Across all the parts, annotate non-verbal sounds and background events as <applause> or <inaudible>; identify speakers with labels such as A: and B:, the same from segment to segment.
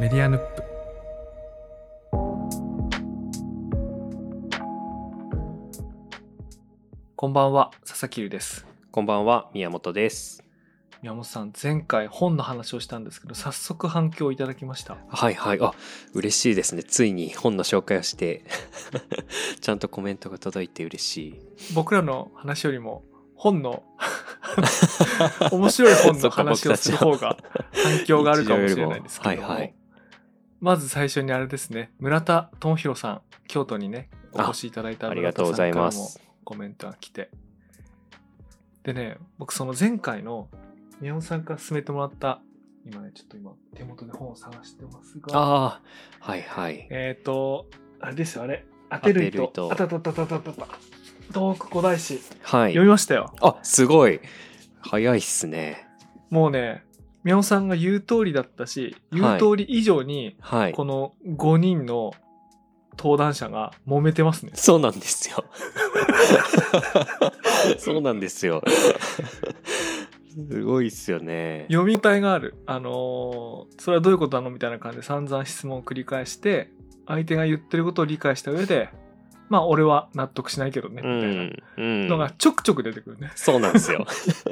A: メディアヌップこんばんは佐々木優です
B: こんばんは、宮本です。
A: 宮本さん前回本の話をしたんですけど早速反響をいただきました
B: はいはい、あ、嬉しいですね。ついに本の紹介をして、 <laughs> ちゃんとコメントが届いて嬉しい。
A: 僕らの話よりも本の <laughs> 面白い本の話をする方が反響があるかもしれないですけども
B: はいはい
A: まず最初にあれですね村田智弘さん京都にねお越しいただいた
B: あり
A: 村
B: が
A: 田
B: とう
A: さん
B: ござ
A: か
B: い
A: ら
B: ま
A: も
B: す。
A: コメントが来てでね僕その前回の宮本さんから勧めてもらった今ねちょっと今手元で本を探してますが
B: ああ、はいはい。
A: えっ、とあれですよあれ当てる糸
B: 当
A: あた
B: てる
A: あたあたあたあたあた東北古代史
B: はい
A: 読。みましたよ
B: あ、すごい。早いっすね。
A: もうね宮本さんが言う通りだったし言う通り以上に
B: はい。
A: この5人の登壇者が揉めてますね
B: そうなんで
A: <laughs>
B: すよ。そうなんで
A: <laughs>
B: すよ。すごいっすよね。
A: 読み応えがある、あのーそれはどういうことなのみたいな感じで散々質問を繰り返して相手が言ってることを理解した上でまあ俺は納得しないけどねみ
B: う
A: たい
B: ん。う
A: な
B: ん
A: のがちょくちょく出てくるね、
B: そうなんですよ。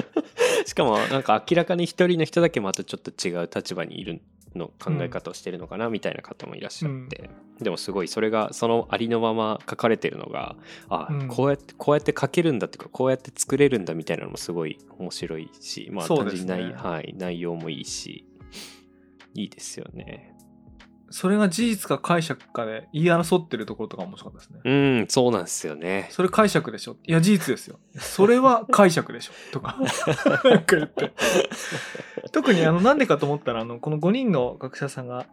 B: <laughs> しかもなんか明らかに一人の人だけまたちょっと違う立場にいるの考え方をしてるのかなみたいな方もいらっしゃって、でもすごいそれがそのありのまま書かれてるのがあ、
A: うん
B: こうやってこうやって書けるんだっていうかこうやって作れるんだみたいなのもすごい面白いしまあ
A: そう
B: 単
A: です
B: 純に
A: ね
B: 内,、はい、内容もいいしいいですよね。
A: それが事実か解釈かで言い争ってるところとか面白かったですね、
B: うんそうなんですよね。
A: それ解釈でしょいや事実ですよそれは解釈
B: <laughs>
A: でしょとかなんか言って特にあのなんでかと思ったらあのこの5人の学者さんが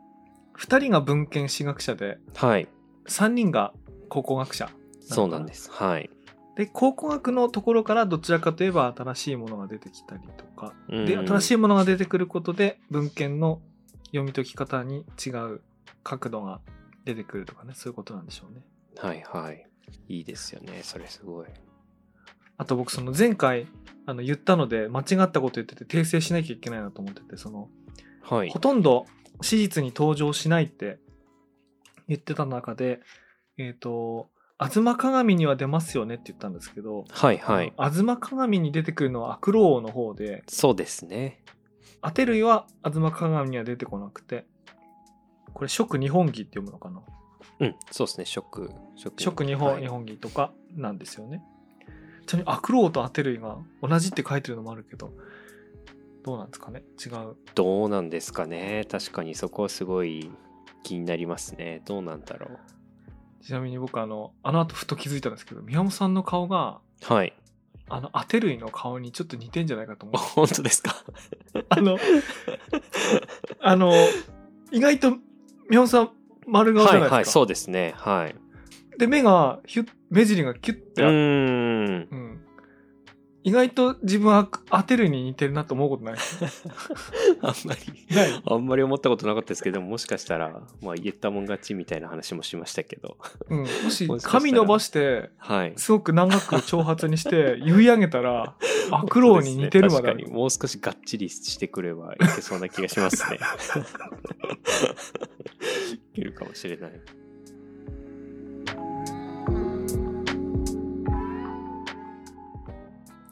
A: 2人が文献史学者で
B: はい
A: 3人が考古学者
B: そうなんです。はい。
A: で考古学のところからどちらかといえば新しいものが出てきたりとかで
B: うん
A: 新しいものが出てくることで文献の読み解き方に違う角度が出てくるとかねそういうことなんでしょうね。
B: はいはい。いいですよね。それすごい。
A: あと僕その前回あの言ったので間違ったこと言ってて訂正しなきゃいけないなと思っててその
B: はい
A: ほ。とんど史実に登場しないって言ってた中でえっ、と「吾妻鏡には出ますよね」って言ったんですけど
B: はい
A: 「
B: はい。
A: あの吾妻鏡」に出てくるのは悪老王の方で。
B: そうですね。
A: 当て類は東鏡には出てこなくてこれ「食日本儀」って読むのかな
B: うん、そうですね。ショック。ショッ
A: 「食日本,、
B: はい
A: 日本儀」とかなんですよねちなみに悪老と当て類が同じって書いてるのもあるけどどうなんですかね違う
B: どうなんですかね。確かにそこはすごい気になりますね。どうなんだろう。
A: ちなみに僕あのあの後ふと気づいたんですけど宮本さんの顔が
B: はい。 <laughs>
A: あの当て類の顔にちょっと似てんじゃないかと思
B: あ <laughs>
A: う
B: 本当ですか。
A: あのあの意外と宮本さん丸顔じ
B: は
A: ゃ
B: い
A: ないですか、
B: はい、そうですね。はい。
A: で目がヒュッ目尻がキュッ
B: う
A: てあって
B: ーん。 <laughs>
A: うん、意外と自分は当てるに似てるなと思うことない
B: あんまり。
A: ない
B: あんまり思ったことなかったですけども、もしかしたら、まあ、言ったもん勝ちみたいな話もしましたけど。
A: うん、もし
B: もしかしたら
A: 髪伸ばして <laughs>
B: はい。
A: すごく長く長髪にして言い上げた
B: <laughs>
A: ら悪老に似てるま
B: 本
A: で
B: 当すね確かに、もう少しがっちりしてくればいけそうな気がします
A: <laughs>
B: ね。いけるかもしれない。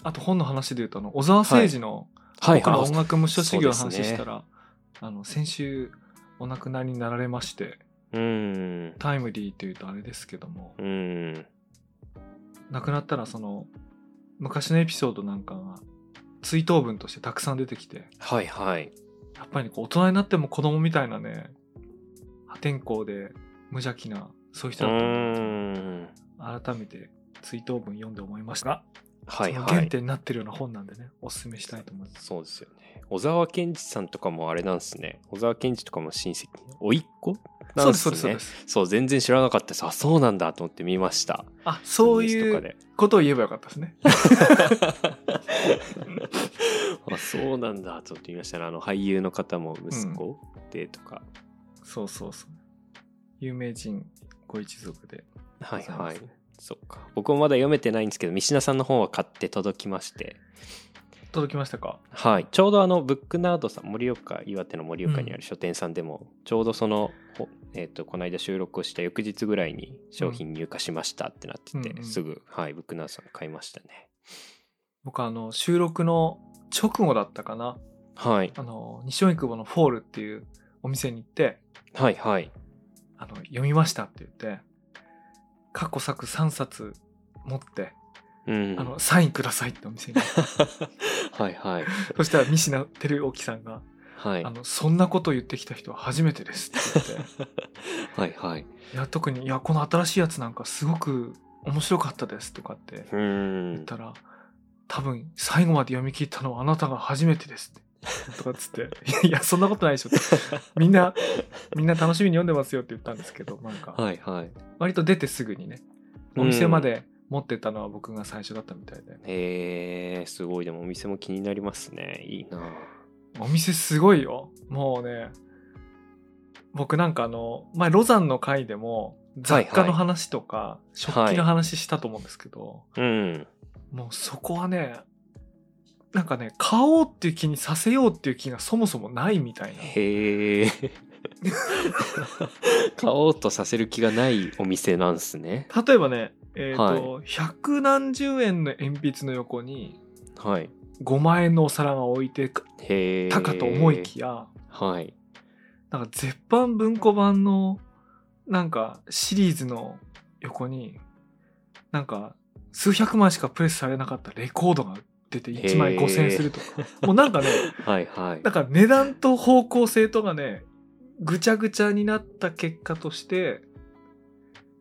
A: あと本の話で言うとあの小沢誠二の
B: は
A: 僕の音楽無償修行の
B: そう
A: 話
B: です
A: し
B: ね
A: たら、あの先週お亡くなりになられまして
B: うーん。
A: タイムリーというとあれですけども
B: うーん。
A: 亡くなったらその昔のエピソードなんかが追悼文としてたくさん出てきて
B: はいはい。
A: やっぱりこう大人になっても子供みたいなね、破天荒で無邪気な、そういう
B: う
A: 人だったんだ
B: ーん。
A: なと改めて追悼文読んで思いました。
B: はい
A: その
B: は
A: 原
B: い。
A: 点になってるような本なんでね、おすすめしたいと思います。
B: そうですよね。小沢健二さんとかもあれなんですね。小沢健二とかも親戚、おいっ子
A: そう
B: なん
A: です、そうです、そう
B: ね
A: で。す。
B: そう、全然知らなかったです。あ、そうなんだと思って見ました。
A: あ、そうい
B: ニ
A: う
B: ュー
A: ことを言えばよかったですね。
B: スとかで。 <laughs> あ、そうなんだと思って見ましたね。あの、俳優の方も息子でとか。
A: そうそうそう。有名人ご一族でご
B: は
A: ざ
B: い
A: いま
B: は
A: す
B: い
A: ね。。
B: そっか。僕もまだ読めてないんですけど、三品さんの本は買って届きまして。
A: 届きましたか
B: はい、ちょうどあのブックナードさん盛岡岩手の盛岡にある書店さんでも、ちょうどその、ほえー、とこの間収録をした翌日ぐらいに商品入荷しましたってなってて、
A: うんうん
B: すぐ、はい、ブックナードさん買いましたね
A: 僕あの収録の直後だったかな
B: はい
A: あの西荻窪のフォールっていうお店に行って
B: はいはい
A: あの読みましたって言って過去作3冊持って、
B: うん
A: あのサインくださいってお店
B: <laughs>
A: に
B: はいはい
A: そしたら西野照興さんが、
B: はい
A: あの「そんなこと言ってきた人は初めてです」って
B: <laughs>
A: 言って
B: はいはい
A: いや特にいやこの新しいやつなんかすごく面白かったですとかって
B: う
A: 言っ
B: ん
A: たら多分最後まで読み切ったのはあなたが初めてです
B: <laughs>
A: って。とかっつって「いやいやそんなことないでしょ」ってみんなみんな楽しみに読んでますよって言ったんですけどなんか
B: はいはい
A: 割と出てすぐにねお店まで持ってったのは僕が最初だったみたいで、
B: へえー、すごいでもお店も気になりますねいいな
A: お店すごいよもうね僕なんかあの前ロザンの回でも雑貨の話とか、食器の話したと思うんですけど、
B: うん
A: もうそこはねなんかね買おうっていう気にさせようっていう気がそもそもないみたいな
B: へ
A: <laughs>
B: え買おうとさせる気がないお店なんすね
A: 例えばねえっ、と、百何十円の鉛筆の横に
B: はい
A: 5万円のお皿が置いて
B: へえ
A: たかと思いきや、
B: はい
A: なんか絶版文庫版のなんかシリーズの横になんか数百万しかプレスされなかったレコードが出て1枚
B: へー
A: 5,000円するとかもうなんかね <laughs>
B: はいはい
A: なんか値段と方向性とがねぐちゃぐちゃになった結果として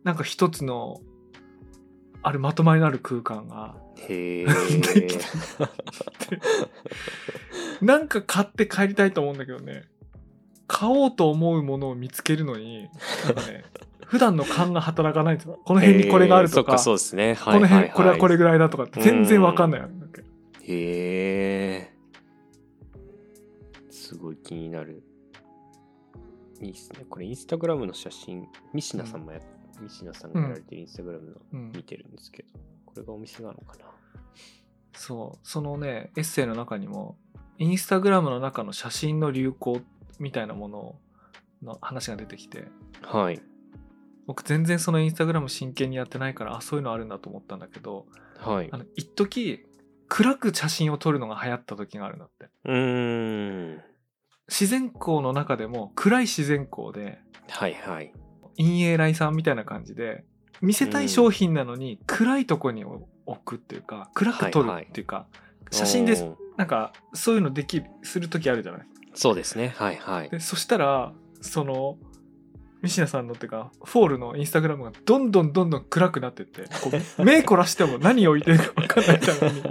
A: なんか一つのあれまとまりのある空間が
B: へえ
A: できなんか買って帰りたいと思うんだけどね買おうと思うものを見つけるのになんか <laughs> ね普段の勘が働かないんですよこの辺にこれがあるとか,、
B: へーそっかそうですね
A: こ
B: はい
A: の
B: はいはい
A: 辺これはこれぐらいだとかって全然わかんないわけ
B: へえすごい気になるいいっすねこれインスタグラムの写真ミシナさんもや、ミシナさんがやられてるインスタグラムの
A: うん
B: 見てるんですけど、これがお店なのかな
A: そうそのねエッセイの中にもインスタグラムの中の写真の流行みたいなものの話が出てきて
B: はい
A: 僕全然そのインスタグラム真剣にやってないからあそういうのあるんだと思ったんだけど
B: はい
A: あの一時暗く写真を撮るのが流行った時があるんだって
B: うーん
A: 自然光の中でも暗い自然光で
B: はいはい
A: 陰影雷さんみたいな感じで見せたい商品なのに暗いとこに置くっていうか暗く撮るっていうか、写真です
B: おー
A: なんかそういうのできする時あるじゃない
B: そうですねはいはい
A: でそしたらそのミシナさんのっていうかフォールのインスタグラムがどんどんどんどん暗くなってってこう目凝らしても何を置いてるか分かんないた
B: <laughs>
A: めに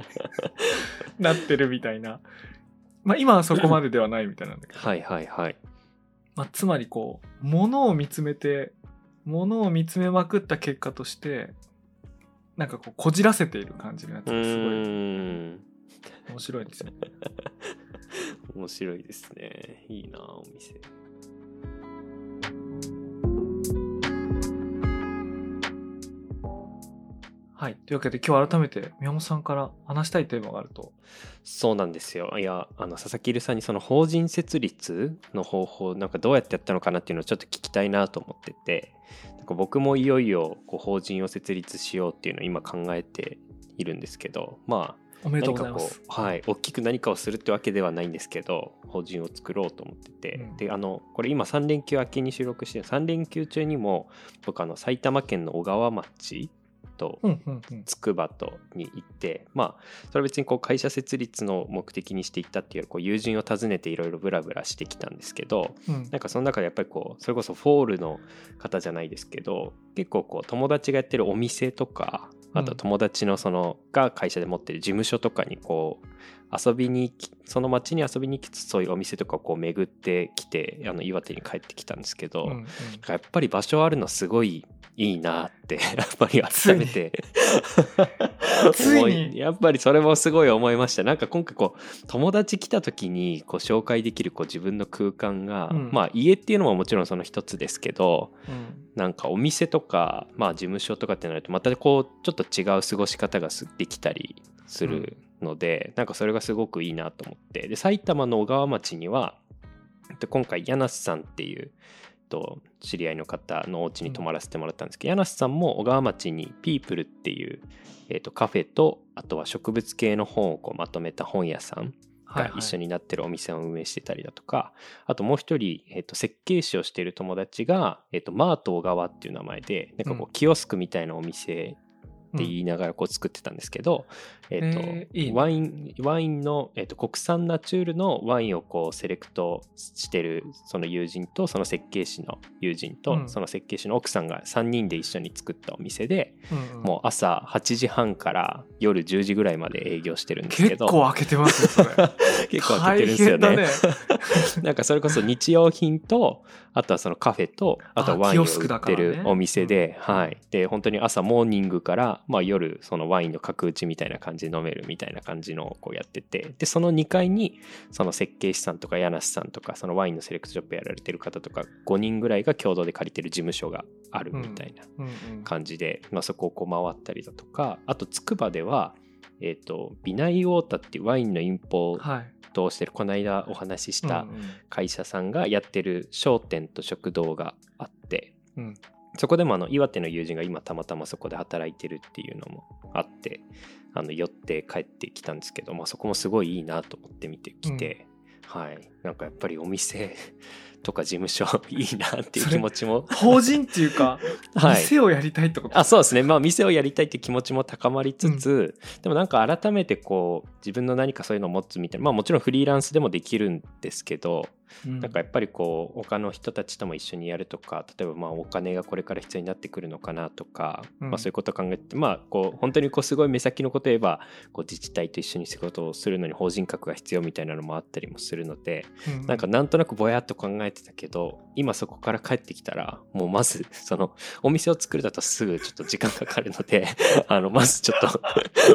A: なってるみたいなまあ今はそこまでではないみたいなんだけど
B: はいはいはい
A: まあ、つまりこう物を見つめて物を見つめまくった結果としてなんかこうこじらせている感じのやつ
B: う
A: がすごい
B: ーん
A: 面白いですね。
B: 面白いですねいいなお店
A: はい、というわけで今日改めて宮本さんから話したいテーマがあると。
B: そうなんですよ。いや、あの佐々木留さんにその法人設立の方法、なんかどうやってやったのかなっていうのをちょっと聞きたいなと思ってて、なんか僕もいよいよこう法人を設立しようっていうのを今考えているんですけど、まあ、
A: おめでと
B: 何
A: うござい
B: か
A: ま
B: こ
A: す。
B: う、はい、大きく何かをするってわけではないんですけど、法人を作ろうと思ってて、
A: うん
B: で、あの、これ今3連休明けに収録して、3連休中にも、僕、あの、埼玉県の小川町と
A: うんうんうん。
B: つくばとに行ってまあそれは別にこう会社設立の目的にしていったっていうよりこう友人を訪ねていろいろブラブラしてきたんですけど
A: うん
B: なんかその中でやっぱりこうそれこそフォールの方じゃないですけど結構こう友達がやってるお店とかあと友達のそのが会社で持ってる事務所とかにこう遊びに行きその町に遊びに来つつそういうお店とかをこう巡ってきてあの岩手に帰ってきたんですけど、
A: うんうん
B: やっぱり場所あるのすごいいいなって
A: <laughs>
B: やっぱり改めて
A: ついに
B: 思やっぱりそれもすごい思いましたなんか今回こう友達来た時にこう紹介できるこう自分の空間が、
A: うん
B: まあ家っていうのももちろんその一つですけど
A: うん
B: なんかお店とかまあ事務所とかってなるとまたこうちょっと違う過ごし方がすできたりするのでなんかそれがすごくいいなと思ってで埼玉の小川町にはえっと今回柳瀬さんっていうえっと知り合いの方のお家に泊まらせてもらったんですけど、柳瀬さんも小川町に「ピープル」っていう、えっとカフェとあとは植物系の本をこうまとめた本屋さんが一緒になってるお店を運営してたりだとか、あともう一人、えっと設計士をしている友達が、えっとマート小川っていう名前でなんかこ
A: うん
B: うキオスクみたいなお店って言いながらこう作ってたんですけど、えっと
A: えーいいね
B: ワインワインの、えっと国産ナチュールのワインをこうセレクトしてるその友人とその設計士の友人と、
A: うん
B: その設計士の奥さんが3人で一緒に作ったお店で、
A: うんうん
B: もう朝8時半から夜10時ぐらいまで営業してるんですけ
A: 結
B: ど
A: 構開けてますねそれ
B: 結構開けてるんですよね
A: 大変だね <laughs>
B: なんかそれこそ日用品とあとはそのカフェとあとはワインを売ってるお店で、
A: あキオスクだからね
B: はいで本当に朝モーニングから、まあ、夜そのワインの角打ちみたいな感じで飲めるみたいな感じのをこうやっててでその2階にその設計士さんとか柳瀬さんとかそのワインのセレクトショップやられてる方とか5人ぐらいが共同で借りてる事務所があるみたいな
A: うんうん
B: 感じで、まあ、そこをこう回ったりだとかあとつくばでは、えっとビナイオータっていうワインのインポー
A: はい
B: トをしてるこの間お話しし
A: う
B: た
A: んうん
B: 会社さんがやってる商店と食堂があって
A: うん
B: そこでもあの岩手の友人が今たまたまそこで働いてるっていうのもあってあの寄って帰ってきたんですけど、まあ、そこもすごいいいなと思って見てきて、はいなんかやっぱりお店 <laughs> とか事務所 <laughs> いいなっていう気持ちも
A: 法人っていうか、
B: <laughs> はい
A: 店をやりたいってこと
B: あそうですねまあ店をやりたいって気持ちも高まりつつ、でもなんか改めてこう自分の何かそういうのを持つみたいなまあもちろんフリーランスでもできるんですけど
A: うん
B: なんかやっぱりこう他の人たちとも一緒にやるとか例えばまあお金がこれから必要になってくるのかなとか、
A: うん
B: まあ、そういうことを考えてまあこう本当にこうすごい目先のことを言えばこう自治体と一緒に仕事をするのに法人格が必要みたいなのもあったりもするので
A: うん
B: なんかなんとなくぼやっと考えてたけど今そこから帰ってきたらもうまずそのお店を作るだとすぐちょっと時間かかる
A: <laughs>
B: のであのまずちょっと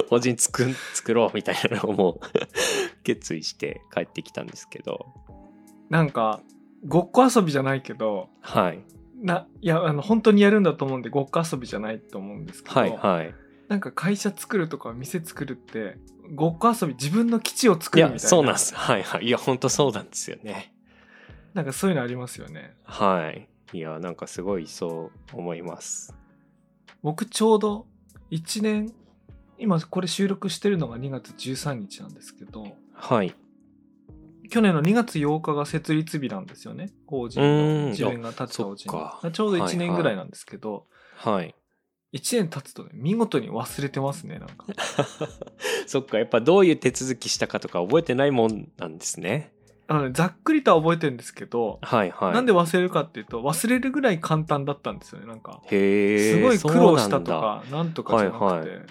B: 法人作ん作ろうみたいなのをもう <laughs> 決意して帰ってきたんですけど
A: なんかごっこ遊びじゃないけど
B: はい。
A: ないやあの本当にやるんだと思うんでごっこ遊びじゃないと思うんですけど、
B: はいはい。
A: なんか会社作るとか店作るってごっこ遊び自分の基地を作
B: い
A: るみたい
B: や、
A: な
B: そうなんです。はいはい。いや、本当そうなんですよね。
A: なんかそういうのありますよね
B: <laughs> はい。いや、なんかすごいそう思います。
A: 僕ちょうど1年今これ収録してるのが2月13日なんですけど
B: はい。
A: 去年の2月8日が設立日なんですよね法人
B: う
A: の
B: ん
A: 自分が立った法人
B: あそっか
A: のちょうど1年ぐらいなんですけど、
B: はい。
A: 一1年経つとね見事に忘れてますねなんか
B: そっか、やっぱどういう手続きしたかとか覚えてないもんなんですね。
A: あのねざっくりとは覚えてるんですけど、
B: はいはい。
A: なんで忘れるかっていうと忘れるぐらい簡単だったんですよねなんか
B: へ
A: す
B: え。
A: ごい苦労したと
B: そうなんだ。
A: かなんとかじゃなくて、
B: はいは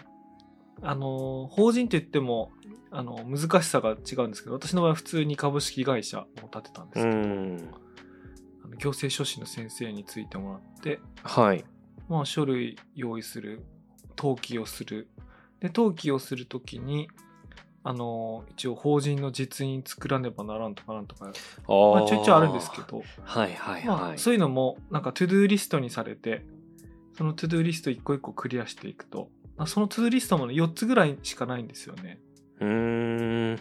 A: あの法人といってもあの難しさが違うんですけど私の場合は普通に株式会社を立てたんですけ
B: う
A: ど、
B: ん。
A: あの行政書士の先生についてもらって、
B: はい。
A: まあ、書類用意する登記をするで登記をするときにあの一応法人の実印作らねばならんとかなんとか、
B: あー
A: まあ、ちょいちょいあるんですけ。ど
B: はいはい
A: ま
B: は
A: あ、
B: い。
A: そういうのもなんかトゥドゥーリストにされてそのトゥドゥーリスト一個一個クリアしていくとあそのトゥドゥーリストもね4つぐらいしかないんですよね
B: うーん。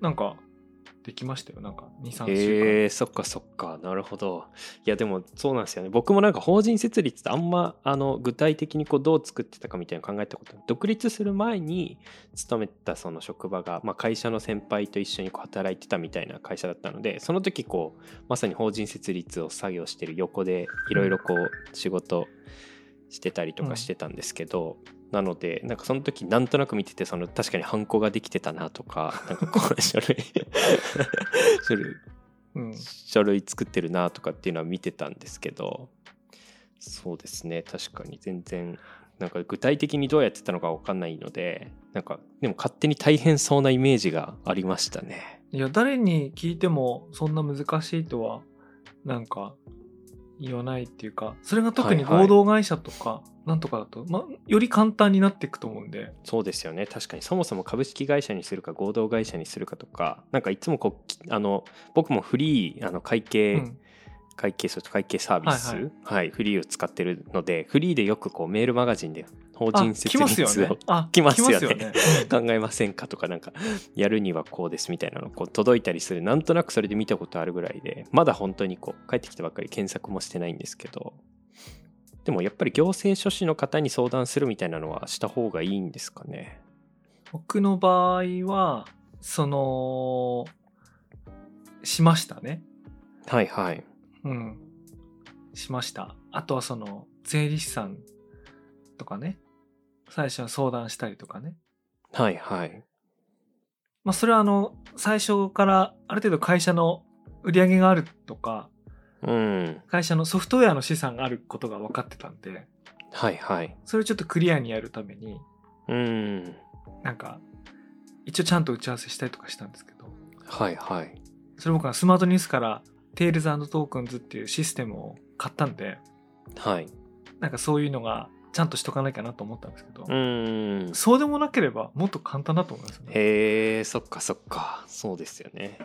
A: なんかできましたよなんか23週
B: へえそっかそっかなるほどいやでもそうなんですよね僕もなんか法人設立ってあんまあの具体的にこうどう作ってたかみたいなの考えたこと独立する前に勤めてたその職場が、まあ、会社の先輩と一緒にこう働いてたみたいな会社だったのでその時こうまさに法人設立を作業してる横でいろいろこう仕事してたりとかしてたんですけど、なのでなんかその時なんとなく見ててその確かにハンコができてたなとかなんかこう <laughs> 書類書類
A: 間、うん、
B: 書類作ってるなとかっていうのは見てたんですけどそうですね確かに全然なんか具体的にどうやってたのか分かんないのでなんかでも勝手に大変そうなイメージがありましたね
A: いや誰に聞いてもそんな難しいとはなんか言わないっていうかそれが特に
B: はいはい
A: 合同会社とかなんとかだと、まあ、より簡単になっていくと思うんで
B: そうですよね確かにそもそも株式会社にするか合同会社にするかとかなんかいつもこうきあの僕もフリーあの会計、
A: うん
B: 会計ソフト会計サービス、
A: は
B: はいいフリーを使ってるのでフリーでよくこうメールマガジンで法
A: あ
B: 人
A: 来
B: 設
A: ますよ
B: 立
A: ね
B: を。
A: あ
B: 来ますよね
A: うん
B: 考えませんかとかなんかやるにはこうですみたいなのこう届いたりするなんとなくそれで見たことあるぐらいでまだ本当にこう帰ってきたばっかり検索もしてないんですけどでもやっぱり行政書士の方に相談するみたいなのはした方がいいんですかね
A: 僕の場合はそのしましたね
B: はいはい
A: うんしましたあとはその税理士さんとかね最初は相談したりとかね
B: はいはい
A: まあそれはあの最初からある程度会社の売り上げがあるとか
B: うん
A: 会社のソフトウェアの資産があることが分かってたんで
B: はいはい
A: それをちょっとクリアにやるために
B: うん
A: なんか一応ちゃんと打ち合わせしたりとかしたんですけど
B: はいはい
A: それ僕はスマートニュースからテイルズトークンズっていうシステムを買ったんで
B: はい
A: なんかそういうのがちゃんとしとかなきゃなと思ったんですけど、
B: うん
A: そうでもなければもっと簡単だと思いますね
B: へえそっかそっかそうですよね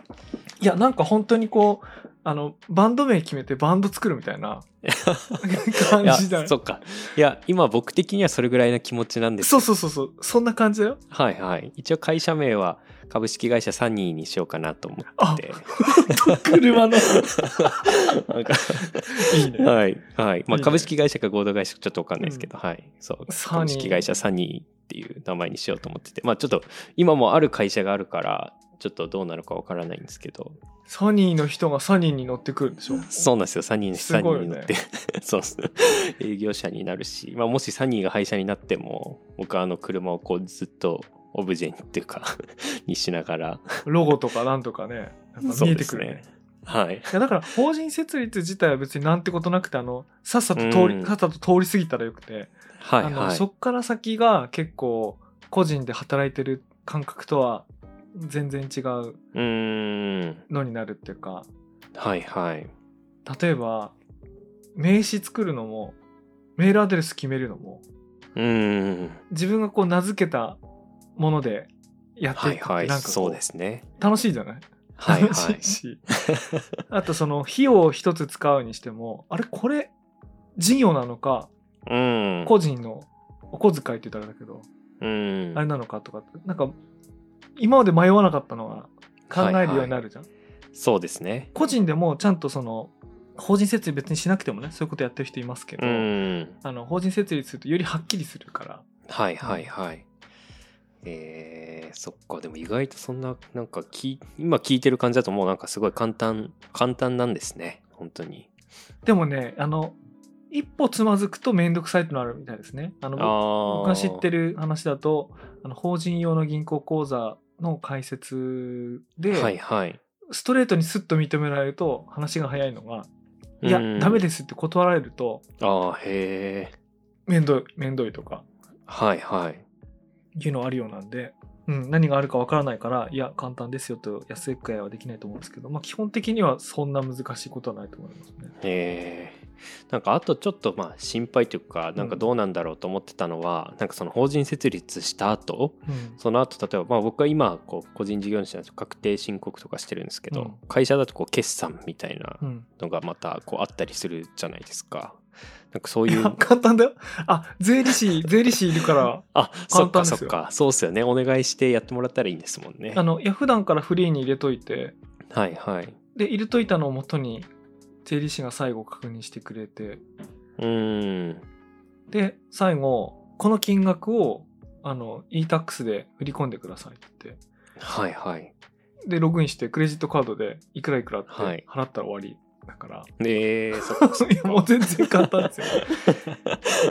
A: いやなんか本当にこうあのバンド名決めてバンド作るみたい
B: <laughs>
A: な感 <laughs>
B: いや
A: じだよ
B: そっかいや今僕的にはそれぐらいな気持ちなんです
A: そうそうそうそうそんな感じだよ <laughs>
B: はいはい。一応会社名は株式会社サニーにしようかなと思って。
A: 車の
B: <laughs> なんか
A: いいね
B: はいはい。ま
A: いい
B: あ
A: ね
B: 株式会社か合同会社かちょっとわかんないですけど、はい。そう。
A: サニー
B: 株式会社サニーっていう名前にしようと思ってて、まあちょっと今もある会社があるから、ちょっとどうなるかわからないんですけど、
A: サニーの人がサニーに乗ってくるんでしょ
B: そうなんですよ。サニーの
A: す
B: サニ
A: ごい
B: ー
A: よ
B: に
A: ね
B: 乗って、 <laughs> そうそう営業者になるし、まあもしサニーが廃車になっても、僕はあの車をこうずっとオブジェにっていうか <laughs> にしながら、
A: ロゴとかなんとかねなんか見えてくるね
B: そうですはい。
A: いやだから法人設立自体は別になんてことなくてあのさっさと通り、
B: うん
A: さっさと通り過ぎたらよくて、
B: はい
A: あの
B: はい。
A: そっから先が結構個人で働いてる感覚とは全然違う
B: うーん。
A: のになるっていうか
B: はいはい。
A: 例えば名刺作るのもメールアドレス決めるのも
B: うーん。
A: 自分がこう名付けたものでやって
B: はいい
A: くって
B: はい。
A: なんかこ
B: そう
A: う
B: ですね。
A: 楽しいじゃない
B: はい
A: 楽
B: は
A: し
B: い <laughs>
A: い。し、あとその費用を一つ使うにしてもあれこれ事業なのか
B: うん。
A: 個人のお小遣いって言ったらあれだけど、
B: うん。
A: あれなのかとかってなんか今まで迷わなかったのは考えるようになるじゃん、
B: そうですね。
A: 個人でもちゃんとその法人設立別にしなくてもねそういうことやってる人いますけど、
B: うん。
A: あの法人設立するとよりはっきりするから
B: はいはいはい。えー、そっか。でも意外とそんな、なんかき、今聞いてる感じだともうなんかすごい簡単、簡単なんですね。本当に。
A: でもねあの一歩つまずくと面倒くさいってのあるみたいですねあの
B: ああ。
A: 僕が知って
B: る。
A: る話だとあの法人用の銀行口座の開設で、
B: はいはい。
A: ストレートにスッと認められると話が早いのが「いや
B: うん
A: ダメです」って断られると
B: ああ、へえ。
A: 面倒い面倒いとか
B: はいはい。
A: いうのあるようなんで、うん、何があるかわからないからいや簡単ですよと安いくらいはできないと思うんですけど、まあ、基本的にはそんな難しいことはないと思いますね。
B: えーなんかあとちょっとまあ心配というかなんかどうなんだろうと思ってたのは、なんかその法人設立した後
A: うん
B: その後例えばまあ僕は今こう個人事業主なんですよ確定申告とかしてるんですけど、
A: うん
B: 会社だとこう決算みたいな
A: うん、
B: のがまたこうあったりするじゃないですか。なんかそう
A: い
B: い
A: や
B: う
A: 簡単だよあ税理士税理士いるから
B: あそっ
A: 簡単で
B: か
A: す
B: そ
A: よ
B: っかそうっすよねお願いしてやってもらったらいいんですもんね
A: あ。のいや普段からフリーに入れといて
B: はいはい。
A: で入れといたのをもとに税理士が最後確認してくれて
B: うーん
A: で最後この金額をあの e-tax で振り込んでくださいって言って
B: はいはい。
A: でログインしてクレジットカードでいくらいくらって
B: はい
A: 払ったら終わりだから、 <laughs>
B: えー、そっかそっ
A: いや
B: か。
A: もう全然簡単
B: <laughs>
A: ですよ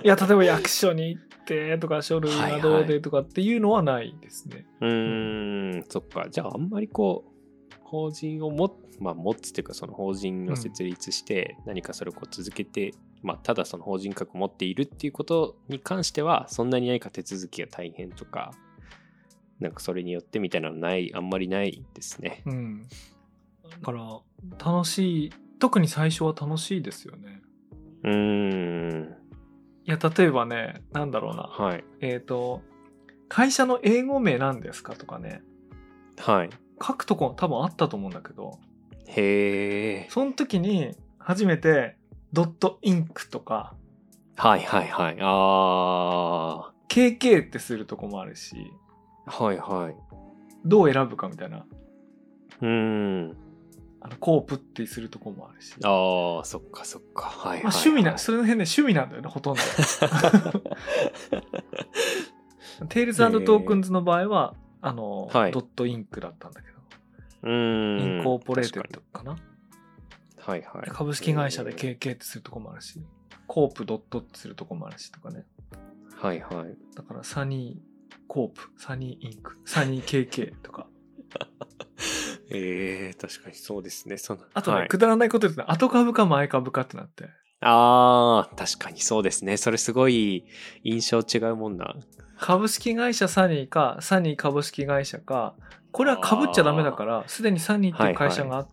A: いや例えば役所に行ってとか書類がどうでとかっていうのはないですね、
B: うーん、そっか。じゃあ、あんまりこう、法人をも、まあ、持つっていうか、その法人を設立して、何かそれをこう続けて、まあ、ただその法人格を持っているっていうことに関しては、そんなに何か手続きが大変とか、なんかそれによってみたいなのない、あんまりないですね。
A: うんだから楽しい特に最初は楽しいですよね
B: うーん、
A: いや例えばねなんだろうな
B: はい、
A: えっ、と会社の英語名なんですかとかね
B: はい。
A: 書くとこ多分あったと思うんだけど
B: へえ、
A: その時に初めてドットインクとか
B: はいはいはい。あ
A: KK ってするとこもあるし
B: はいはい
A: どう選ぶかみたいな
B: うーん
A: あのコープってするとこもあるし
B: あーそっかそっかはいはい、
A: まあ、趣味なそれの辺ね趣味なんだよねほ
B: <laughs>
A: とんどテイルズトークンズの場合はあの、
B: はい
A: ドットインクだったんだけど
B: うーん
A: インコーポレーテッ
B: 確
A: ドかな、
B: かにはいはい
A: 株式会社で
B: 経
A: KK ってするとこもあるしコープドットってするとこもあるしとかね
B: は
A: <laughs>
B: いはい
A: だからサニーコープサニーインクサニー KK とか
B: えー、確かにそうですねその
A: あとね、
B: はい
A: くだらないこと言ってた後株か前株かってなって
B: あー確かにそうですねそれすごい印象違うもんな
A: 株式会社サニーかサニー株式会社かこれはかぶっちゃダメだからすでにサニーっていう会社が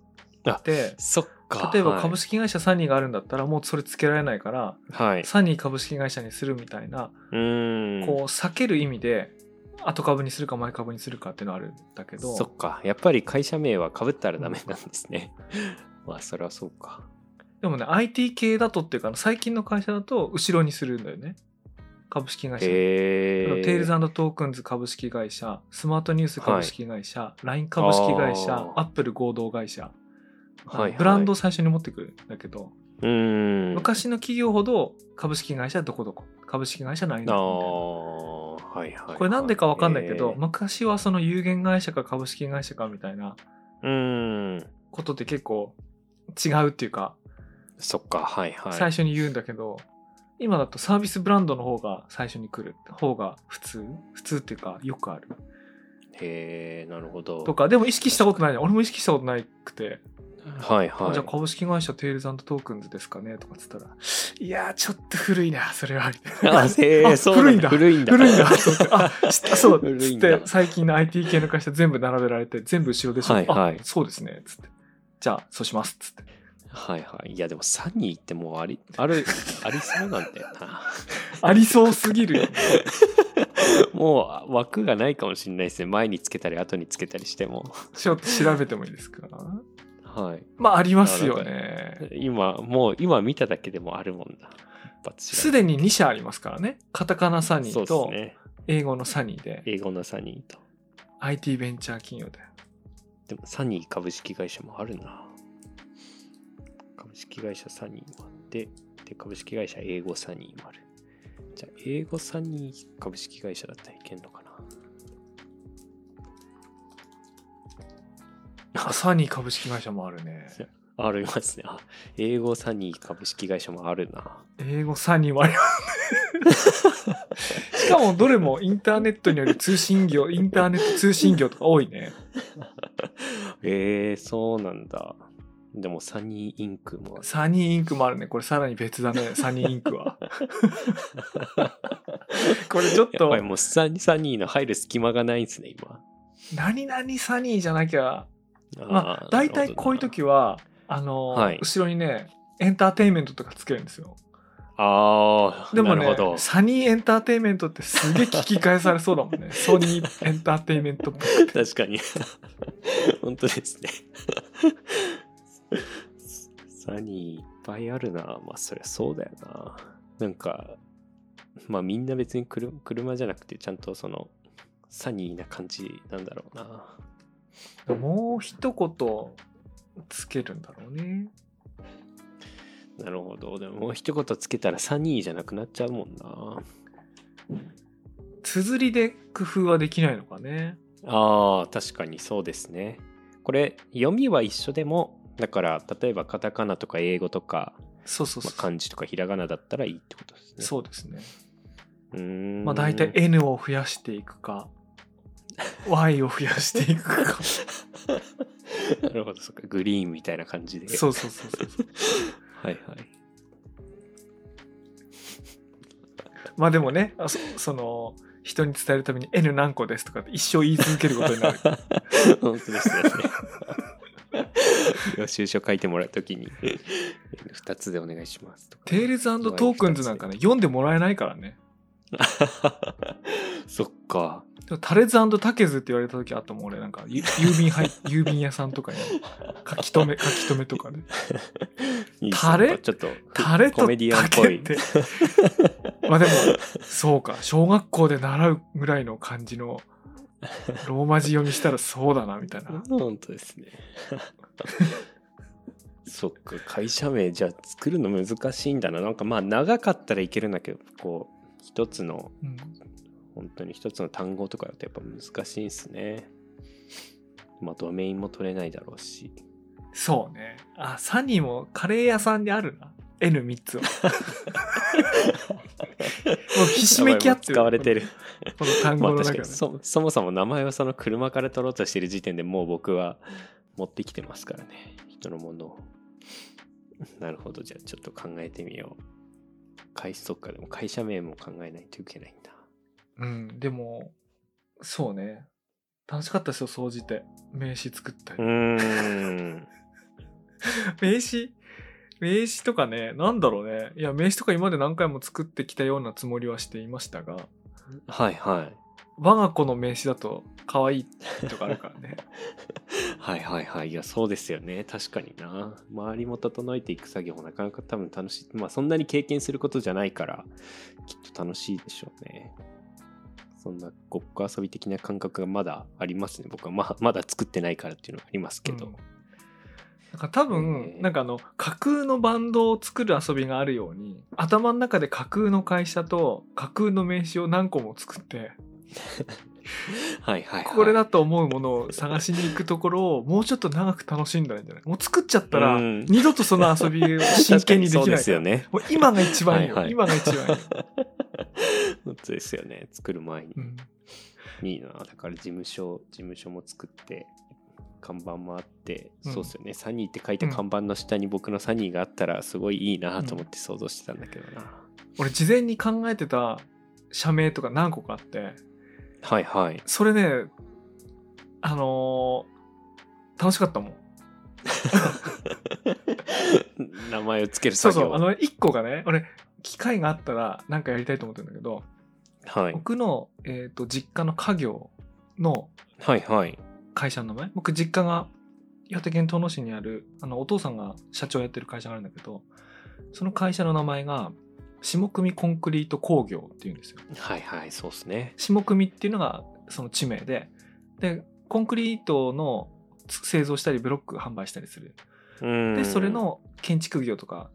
A: あって、
B: そっか
A: 例えば株
B: 式
A: 式会社サニーがあるんだったらもうそれつけられないから
B: はい、はい、
A: サニー株式会社にするみたいな
B: うーん
A: こう避ける意味で後株にするか前株にするかっていうのはあるんだけど
B: そっかやっぱり会社名はかぶったらダメなんですね <laughs> まあそれはそうか
A: でもね IT 系だとっていうか最近の会社だと後ろにするんだよね株式会社の
B: へえー、
A: テイルズトークンズ株式会社、スマートニュース株式会社、LINE 株式会社、
B: あー
A: Apple 合同会社、
B: はいはい
A: ブランドを最初に持ってくるんだけど、
B: うーん
A: 昔の企業ほど株式会社どこどこ、株式会社何々
B: あ
A: みたいな。
B: あはいはいはい
A: これなんでかわかんないけど、
B: えー
A: 昔はその有限会社か株式会社かみたいな
B: うーん
A: ことって結構違うっていうか、
B: そっかはいはい
A: 最初に言うんだけど、今だとサービスブランドの方が最初に来る方が普通普通っていうかよくある
B: へえなるほど
A: とかでも意識したことないね俺も意識したことないくて
B: はいはい
A: あじゃあ株式会社テイルズトークンズですかねとかっつったら「いやーちょっと古いなそれは」みたいな
B: <laughs> あ、へ
A: あ
B: え、そうなんだ。古いんだ。
A: 古いなと思ってあ知ったそう
B: 古
A: つ
B: い
A: っ
B: んだ
A: て最近の IT 系の会社全部並べられて全部後ろでしょ、
B: はいはい
A: あそうですねつってじゃあそうしますつって
B: はいはい。いや、でも、サニーってもうあり、ある、ありそうなんだよな。
A: <laughs>
B: <laughs>
A: ありそうすぎるよ
B: もう枠がないかもしれないですね。前につけたり、後につけたりしても。
A: ちょっと調べてもいいですか
B: はい。
A: まあありますよね
B: 今、もう、今見ただけでもあるもんだ。一発
A: すでに2社ありますからねカタカナサニー
B: そうです
A: と
B: ね。
A: 英語のサニーで
B: 英語のサニーと。
A: IT ベンチャー企業で
B: でも、サニー株式会社もあるな。株式会社サニーもあって、で、株式会社英語サニーもある。じゃあ、英語サニー株式会社だったらいけんのかな。
A: あサニー株式会社もあるね
B: ありますね。あ英語サニー株式会社もあるな。
A: 英語サニーもあり
B: <laughs>
A: ますねしかもどれもインターネットによる通信業インターネット通信業とか多いね
B: えー、そうなんだ。でもサニーインクもある。
A: サニーインクもあるねこれさらに別だねサニーインク
B: <laughs>
A: はこれちょっ
B: やっぱ
A: と
B: りもうサニーサニーの入る隙間がないんですね、今。
A: 何々サニーじゃなきゃ
B: あー
A: まあ大体こういう。
B: なる
A: 時はあの、
B: はい
A: 後ろにねエンターテインメントとかつけるんですよ
B: ほどなあー、
A: でも
B: なるほど
A: ね。サニーエンターテインメントってすげえ聞き返されそうだもん
B: <laughs>
A: ねソニーエンターテインメントっぽい
B: 確かに。 <laughs> 本当ですね。サニーいっぱいあるな。まあ、そりゃそうだよな。なんか、まあみんな別に車車じゃなくて、ちゃんとその、サニーな感じなんだろうな。
A: もう一言つけるんだろうね。
B: なるほど。でももう一言つけたらサニーじゃなくなっちゃうもんな。
A: 綴りで工夫はできないのかね。
B: ああ、確かにそうですね。これ、読みは一緒でも、だから、例えばカタカナとか英語とか、
A: そうそう
B: ま
A: そ
B: あ、
A: う。
B: 漢字とかひらがなだったらいいってことですね。
A: そうですね。
B: うーん。
A: まあ大体 N を増やしていくか、Y を増やしていく
B: <laughs>
A: か。
B: <laughs> なるほど、そっか、グリーンみたいな感じで。
A: そうそうそうそうそう。
B: はいはい。
A: <laughs> まあでもね、あそその、人に伝えるために N 何個ですとかって一生言い続けることに
B: <laughs>
A: なる。
B: 本当ですよね。領収書書いてもらうときに、2つでお願いしますとか。
A: テイルズトークンズなんかね、読んでもらえないからね。
B: <laughs> そっか。
A: でもタレズタケズって言われた時あったもん俺なんかゆ <laughs> 郵便配郵便屋さんとかに書き留め書き留めとかね
B: いいっすね
A: タレ
B: やっぱちょっと
A: タレ
B: コ
A: とタ
B: メディアンっぽ
A: ケっ
B: い。
A: てまあでもそうか小学校で習うぐらいの感じのローマ字読みしたらそうだなみたいな
B: 本当ですね。 <laughs> そっか会社名じゃあ作るの難しいんだななんかまあ長かったらいけるんだけどこう一つの
A: うん
B: 本当に一つの単語とかだとやっぱ難しいんすね。まあドメインも取れないだろうし。
A: そうねあサニーもカレー屋さんであるな N3
B: <laughs>
A: つをもうひしめき合ってる
B: 使われてる。
A: この単語
B: まあ
A: の中
B: 確か
A: で
B: にそそもそも名前をその車から取ろうとしてる時点でもう僕は持ってきてますからね人のものをなるほどじゃあちょっと考えてみよう会社そっかでも会社名も考えないといけないんだ
A: うん、でも、そうね。楽しかったですよ、総じて。名刺作った
B: う
A: り。
B: ーん
A: 名刺名刺とかね、なんだろうね。いや、名刺とか今まで何回も作ってきたようなつもりはしていましたが、
B: <laughs> はいはい
A: 我が子の名刺だと可愛いとかあるから
B: <laughs>
A: ね。
B: はいはいはいいやそうですよね確かにな周りも整えていく作業もなかなか多分楽しいまあそんなに経験することじゃないからきっと楽しいでしょうねそんなごっこ遊び的な感覚がまだありますね僕はまあまだ作ってないからっていうのがありますけど、
A: うんなんか多分、
B: えー
A: なんかあの架空のバンドを作る遊びがあるように頭の中で架空の会社と架空の名刺を何個も作って
B: はいはい、はい、
A: これだと思うものを探しに行くところをもうちょっと長く楽しんだらいいんじゃないもう作っちゃったら
B: うん
A: 二度とその遊びを真剣にで
B: 確か
A: きな
B: そうで
A: い
B: す
A: から
B: よ
A: <laughs>
B: ね <laughs>
A: もう今が一番いいよ、
B: はいはい
A: 今が一
B: <laughs>
A: 番いいよ、
B: 本当ですよね作る前に
A: うん
B: いいなだから事務所事務所も作って看板もあって、
A: うん
B: そうっすよね「サニー」って書いた看板の下に僕の「サニー」があったらすごいいいなと思って想像してたんだけどな、
A: 俺事前に考えてた社名とか何個かあって
B: はいはい <laughs>
A: それねあのー楽しかったもん
B: 名前をつける
A: そう
B: 作業
A: そうあの1個がね俺機会があったら何かやりたいと思ってるんだけど
B: はい、
A: 僕の、えー、と実家の家業の
B: はいはい
A: 会社の名前僕実家が岩手県遠野市にあるあのお父さんが社長やってる会社があるんだけどその会社の名前が下組コンクリート工業っていうんですよ
B: はいはいそうっすね
A: 下組っていうのがその地名ででコンクリートのつ製造したりブロック販売したりする
B: うん
A: でそれの建築業とか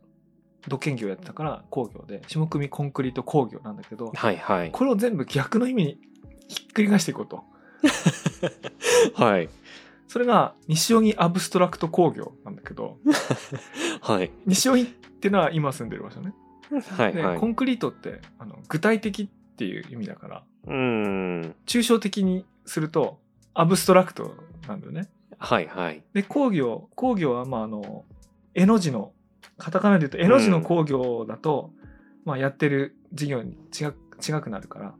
A: 土建業やってたから工業で下組コンクリート工業なんだけど
B: はいはい
A: これを全部逆の意味にひっくり返していこうと
B: はい
A: それが西荻アブストラクト工業なんだけど
B: はい
A: 西荻ってのは今住んでる場 <laughs> 所ね、
B: はい
A: で
B: はい
A: コンクリートってあの具体的っていう意味だから
B: うん
A: 抽象的にするとアブストラクトなんだよね
B: はいはい
A: で工業工業はまああの絵の字のカタカナで言うと絵の字の工業だと、まあ、やってる事業に違く違くなるから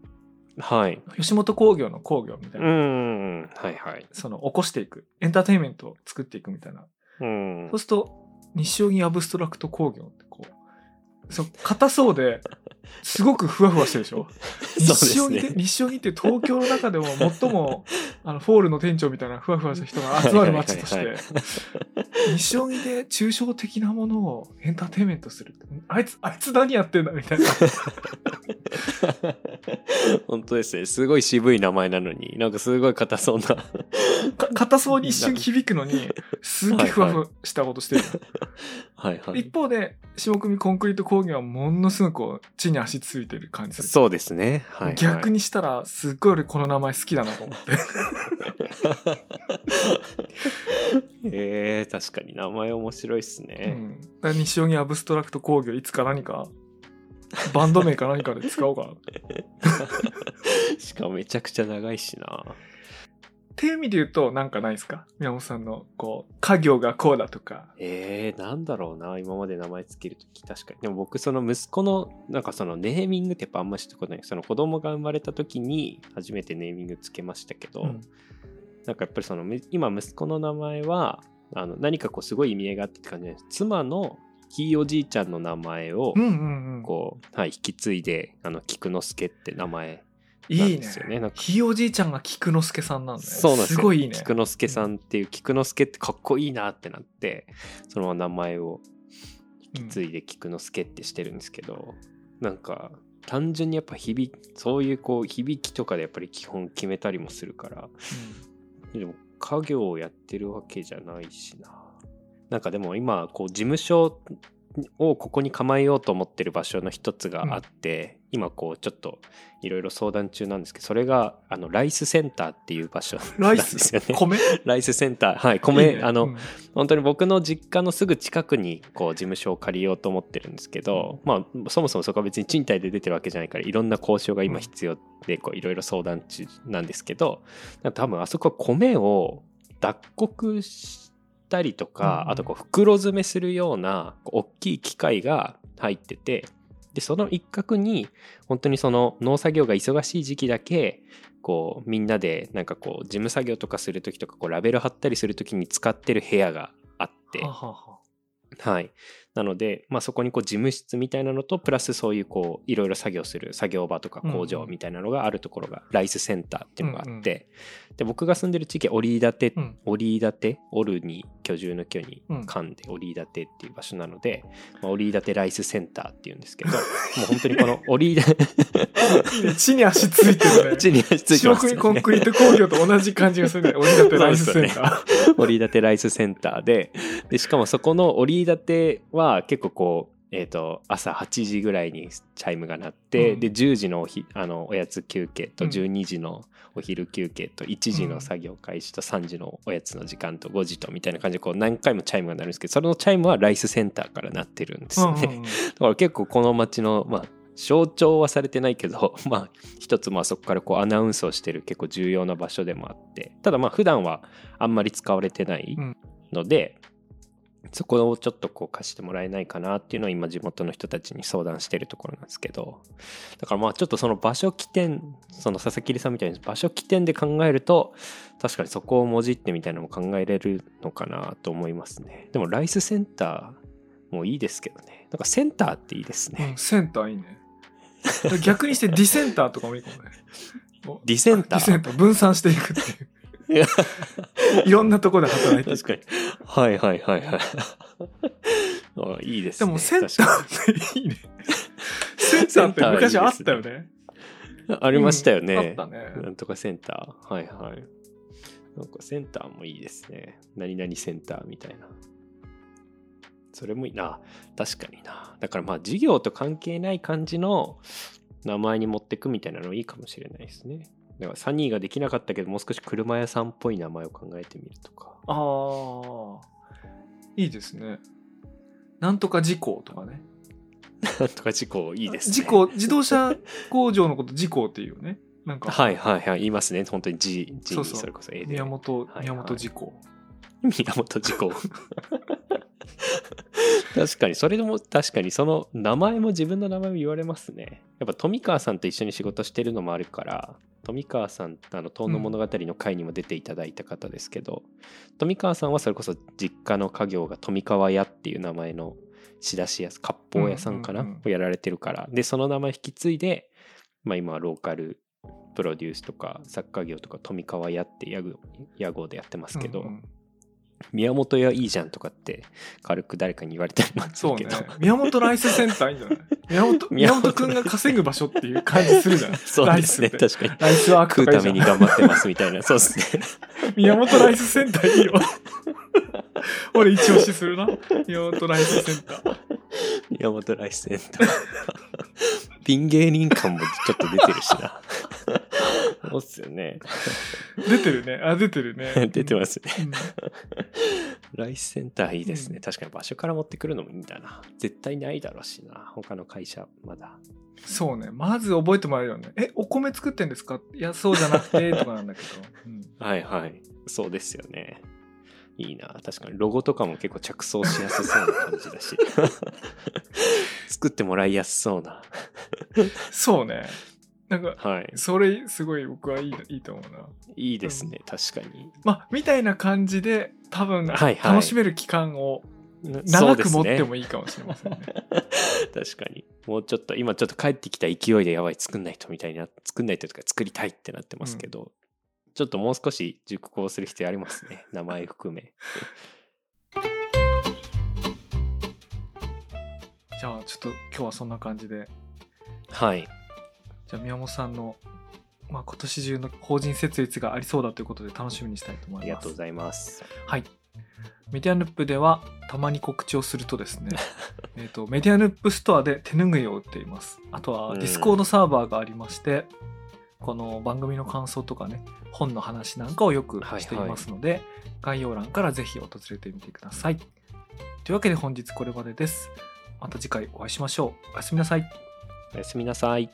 B: はい
A: 吉本工業の工業みたいうな、
B: んはいはい
A: その起こしていくエンターテインメントを作っていくみたいな
B: うん
A: そうすると、西荻アブストラクト工業ってこう、そう、硬そうで、すごくふわふわしてるでしょ西
B: そう
A: 荻
B: で
A: っ
B: す
A: て、
B: ね
A: 西荻って東京の中でも最
B: <laughs>
A: も、あの、フォールの店長みたいなふわふわした人が集まる街とし
B: はい
A: て
B: はい、
A: 西荻で抽象的なものをエンターテインメントする。あいつ、あいつ何やってんだみたいな。
B: <laughs> 本当ですねすごい渋い名前なのになんかすごい硬そうな <laughs>
A: か硬そうに一瞬響くのに、すっげえふわふわしたことしてる。
B: はいはい
A: 一方で、下組コンクリート工業はものすごくこう、地に足ついてる感じする。
B: そうですねはい、はい、
A: 逆にしたらすっごい俺この名前好きだなと思って
B: えー、確かに名前面白いっす
A: う
B: ね、
A: ん、だから西荻アブストラクト工業いつか何かバンド名か何かで使おうか
B: <laughs>
A: なっ
B: しかもめちゃくちゃ長いしな
A: ていう意味で言うとなんかないですか宮本さんのこう家業がこうだとか
B: えー、なんだろうな今まで名前つけるとき確かにでも僕その息子のなんかそのネーミングってやっぱあんましたことないその子供が生まれた時に初めてネーミングつけましたけど、
A: うん
B: なんかやっぱりそのむ今息子の名前はあの何かこうすごい意味合いがあってって感じじゃないです妻のきいおじいちゃんの名前を
A: うんうんうん
B: こう、はい、引き継いであの菊之助って名前
A: い
B: ないん
A: ね
B: ですよねなんか
A: ひいおじいちゃんが菊之助さんなんだよ
B: そうなんですよ
A: ごいいいね
B: 菊之助さんっていう菊之助ってかっこいいなってなってその名前を引き継いで菊之助ってしてるんですけど、なんか単純にやっぱ響きそういうこう響きとかでやっぱり基本決めたりもするからでも家業をやってるわけじゃないしななんかでも今こう事務所をここに構えようと思ってる場所の一つがあって、今こうちょっといろいろ相談中なんですけどそれがあのライスセンターっていう場所
A: うんライ
B: なんです
A: ス
B: よね
A: 米
B: <laughs> ライスセンターはい米
A: いいね
B: あの、
A: うん
B: 本当に僕の実家のすぐ近くにこう事務所を借りようと思ってるんですけど、まあそもそもそこは別に賃貸で出てるわけじゃないからいろんな交渉が今必要でこういろいろ相談中なんですけど多分あそこは米を脱穀したりとか、
A: うん
B: あとこう袋詰めするようなこう大きい機械が入っててでその一角に本当にその農作業が忙しい時期だけこうみんなでなんかこう事務作業とかする時とかこうラベル貼ったりする時に使ってる部屋があって
A: ははは
B: はい、なので、まあ、そこにこう事務室みたいなのとプラスそういうこういろいろ作業する作業場とか工
A: うん
B: 場
A: うん
B: みたいなのがあるところがライスセンターっていうのがあって、で僕が住んでる地域は折立て
A: うん
B: 折立オルに居住の居に
A: うん
B: 噛んで折立てっていう場所なので、まあ、折立ライスセンターっていうんですけどもう本当にこの折立
A: いいね地に足ついてるね
B: <laughs> 地に足ついて
A: 白
B: ます
A: 組
B: よ
A: コ
B: ね
A: ンクリート工
B: <laughs>
A: 業と同じ感じがするね。折り立てライスセンタ
B: そ
A: ー。
B: 折立ライスセンターででしかもそこの折立は結構こう、えー、と朝8時ぐらいにチャイムが鳴って、
A: うん
B: で10時のおひあのおやつ休憩と
A: うん
B: 12時のお昼休憩と1時の作業開始と3時のおやつの時間と5時とみたいな感じでこう何回もチャイムが鳴るんですけどそのチャイムはライスセンターから鳴ってるんですよね。
A: うんうん
B: だから結構この街の、まあ、象徴はされてないけど、 <laughs> まあ、一つまあそこからこうアナウンスをしてる結構重要な場所でもあってただまあ普段はあんまり使われてない
A: うん
B: ので、そこをちょっとこう貸してもらえないかなっていうのを今地元の人たちに相談してるところなんですけどだからまあちょっとその場所起点その佐々木さんみたいに場所起点で考えると確かにそこをもじってみたいなのも考えれるのかなと思いますねでもライスセンターもいいですけどねなんかセンターっていいです
A: うんう
B: ね、
A: んセンターいいね。逆にしてディセンターとかもいいか
B: <laughs>
A: もね。お
B: ディセンタ
A: ディセ
B: ー
A: ンター分散していくっていう。いろんなところで働いてい
B: 確
A: く。
B: かにはいはいはいはい <laughs> あいいです
A: で
B: ね
A: もセンタ
B: 確かに
A: ーっていいね。センターって昔あったよね。
B: ありましたよね、
A: うんあったね。
B: なんとかセンター。はいはい。なんかセンターもいいですね。何々センターみたいな。それもいいな。確かにな。だからまあ事業と関係ない感じの名前に持ってくみたいなのいいかもしれないですね。だからサニーができなかったけど、もう少し車屋さんっぽい名前を考えてみるとか。 <laughs>
A: ああ。いいですね。なんとか事故とかね。
B: なんとか事故いいですね。
A: 事故、自動車工場のこと事故っていうよね。なんか、
B: はいはいはい。言いますね。本当に G、G
A: そう
B: に
A: そう
B: それこそ A で。
A: 宮本、
B: はいはい
A: 宮本事故。
B: 源事故 <laughs> 確かにそれでも確かにその名前も自分の名前も言われますねやっぱ富川さんと一緒に仕事してるのもあるから富川さんあの「遠の物語」の回にも出ていただいた方ですけど、富川さんはそれこそ実家の家業が富川屋っていう名前の仕出し屋割烹屋さんかな、
A: うんうんうん
B: をやられてるからでその名前引き継いで、まあ、今はローカルプロデュースとか作家業とか富川屋って屋号屋号でやってますけど、
A: うんうん
B: 宮本屋いいじゃんとかって軽く誰かに言われたりもす
A: そう
B: るけ
A: ね
B: ど、
A: 宮本ライスセンターいいんじゃない宮本宮
B: 宮
A: 本
B: 本
A: くんが稼ぐ場所っていう感じするじゃない
B: <laughs> そうですね
A: ライスって
B: 確かに
A: <laughs> ライスワーク
B: 食
A: とかい
B: うた
A: いじ
B: <laughs> め
A: ゃん
B: に頑張ってますみたいなそうですね
A: 宮本ライスセンターいいよ俺一押しするな宮本ライスセンター
B: 宮本ライスセンターピン芸人感もちょっと出てるし
A: <laughs>
B: なそうっすよね
A: 出てるねあ出てるね
B: <laughs> 出て
A: ま
B: ますね
A: す、うん
B: ライスセンターいいですね、
A: うん
B: 確かに場所から持ってくるのもいいんだな絶対ないだろうしな他の会社まだ
A: そうねまず覚えてもらえるよねえお米作ってんですかいやそうじゃなくてとかなんだけど、うん
B: はいはいそうですよねいいな確かにロゴとかも結構着想しやすそうな感じだし <laughs> 作ってもらいやすそうな
A: そうねなんか
B: はい
A: それすごい僕はいいいいと思うない
B: いですね確かに
A: まあみたいな感じで多分
B: はいはい
A: 楽しめる期間を長く
B: そ
A: 持
B: う
A: っ
B: です
A: て
B: ね
A: もいいかもしれませんね。
B: <laughs> 確かにもうちょっと今ちょっと帰ってきた勢いでやばい作んないとみたいな作んないととか作りたいってなってますけど、ちょっともう少し熟考する必要ありますね名前含め
A: じゃあちょっと今日はそんな感じで
B: はい
A: じゃあ宮本さんの、まあ、今年中の法人設立がありそうだということで楽しみにしたいと思
B: あ
A: い
B: りが
A: ます。
B: とうございます
A: はい。メディアヌップではたまに告知をするとですねえーとメディアヌップストアで手ぬぐいを売っていますあとは
B: うん
A: ディスコードサーバーがありまして、この番組の感想とかね本の話なんかをよくしていますので、概要欄からぜひ訪れてみてくださいというわけで本日これまでですまた次回お会いしましょうおやすみなさい
B: おやすみなさい